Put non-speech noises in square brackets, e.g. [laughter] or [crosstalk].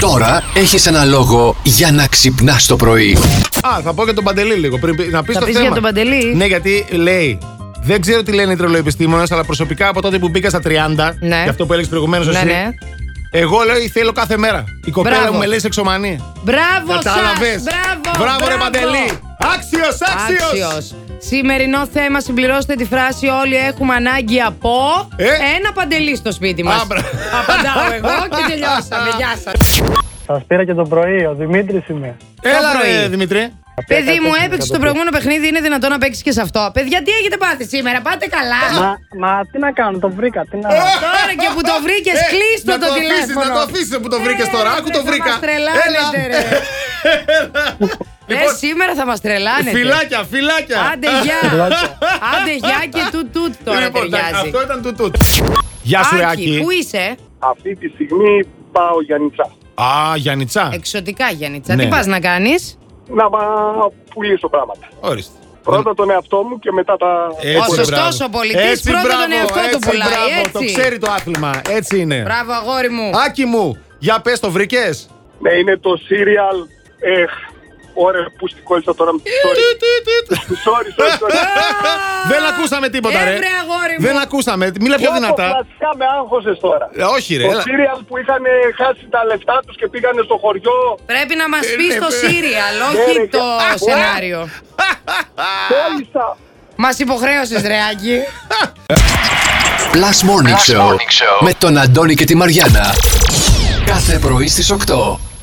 Τώρα έχεις ένα λόγο για να ξυπνάς το πρωί. Α, θα πω για τον Παντελή λίγο. Πριν, πει- να πεις Θα το πεις θέμα. για τον Παντελή? Ναι, γιατί λέει. Δεν ξέρω τι λένε οι τρελοεπιστήμονες, αλλά προσωπικά από τότε που μπήκα στα 30, Ναι. για αυτό που έλεγες προηγουμένως Ναι, εσύ, ναι. εγώ λέει θέλω κάθε μέρα. Η κοπέλα Μπράβο. μου με λέει σεξομανή. Μπράβο σας! Κατάλαβε. Μπράβο! Μπράβο, ρε Παντελή. Άξιος, άξιος. Άξιος. Σημερινό θέμα, συμπληρώστε τη φράση Όλοι έχουμε ανάγκη από Ε? ένα παντελή στο σπίτι μας Α, μπρα- Απαντάω εγώ και [laughs] τελειώσαμε. Γεια σας. Σας πήρα και το πρωί, ο Δημήτρης είμαι. Έλα, πρωί. ρε, Δημητρή. Παιδί μου, έπαιξε το προηγούμενο παιχνίδι, είναι δυνατόν να παίξεις και σε αυτό. Παιδιά, τι έχετε πάθει σήμερα, πάτε καλά. Μα, μα τι να κάνω, το βρήκα. Τι να... Τώρα και που το βρήκες, Ε, κλείστο να το αφήσεις, τηλέφωνο. Να το αφήσεις που το βρήκες Ε, τώρα. Άκου δεν το θα βρήκα. μας τρελάνετε, [laughs] Έλα. ρε. Ε, Λοιπόν, σήμερα θα μας τρελάνε. Φυλάκια, φυλάκια. Άντε γεια. [laughs] Άντε γεια και τούτ τούτ τώρα Λοιπόν, εντάξει, ταιριάζει. Αυτό ήταν του τούτ. Γεια σου, ρε, Άκη, Άκη. πού είσαι, Αυτή τη στιγμή πάω για νητσά. Α, Ε, Γιάννητσά. εξωτικά Γιάννητσα. Ναι. Τι πας να κάνεις. Να πα- πουλήσω πράγματα. Ορίστε. Πρώτα τον εαυτό μου και μετά τα. Ε. Ο σωστός μπράβο. ο πολιτής Έτσι, πρώτα τον μπράβο, εαυτό του έτσι, πουλάει, μπράβο, έτσι. Το ξέρει το άθλημα. Έτσι είναι. Μπράβο, αγόρι μου. Άκη μου, για πες το βρήκες. [laughs] Ναι, είναι το serial. Εχ, ωραία, που στην κόλλησα τώρα. Sorry, sorry, sorry. sorry. Δεν ακούσαμε τίποτα, ρε. Έβρε, Ε, αγόρι μου. Δεν ακούσαμε. Μίλα πιο Πόσο δυνατά. Κλασικά με άγχωσες τώρα. Ε, Όχι, ρε. Το έλα. σύριαλ που είχαν χάσει τα λεφτά τους και πήγανε στο χωριό. Πρέπει να μας Ε, πεις ναι, το παι- σύριαλ, Ναι, όχι ρε, το κα- σενάριο. Θέλησα. Μας υποχρέωσες, ρε Άκη. Plus Morning, Show, με τον Αντώνη και τη Μαριάνα. Κάθε πρωί στις 8.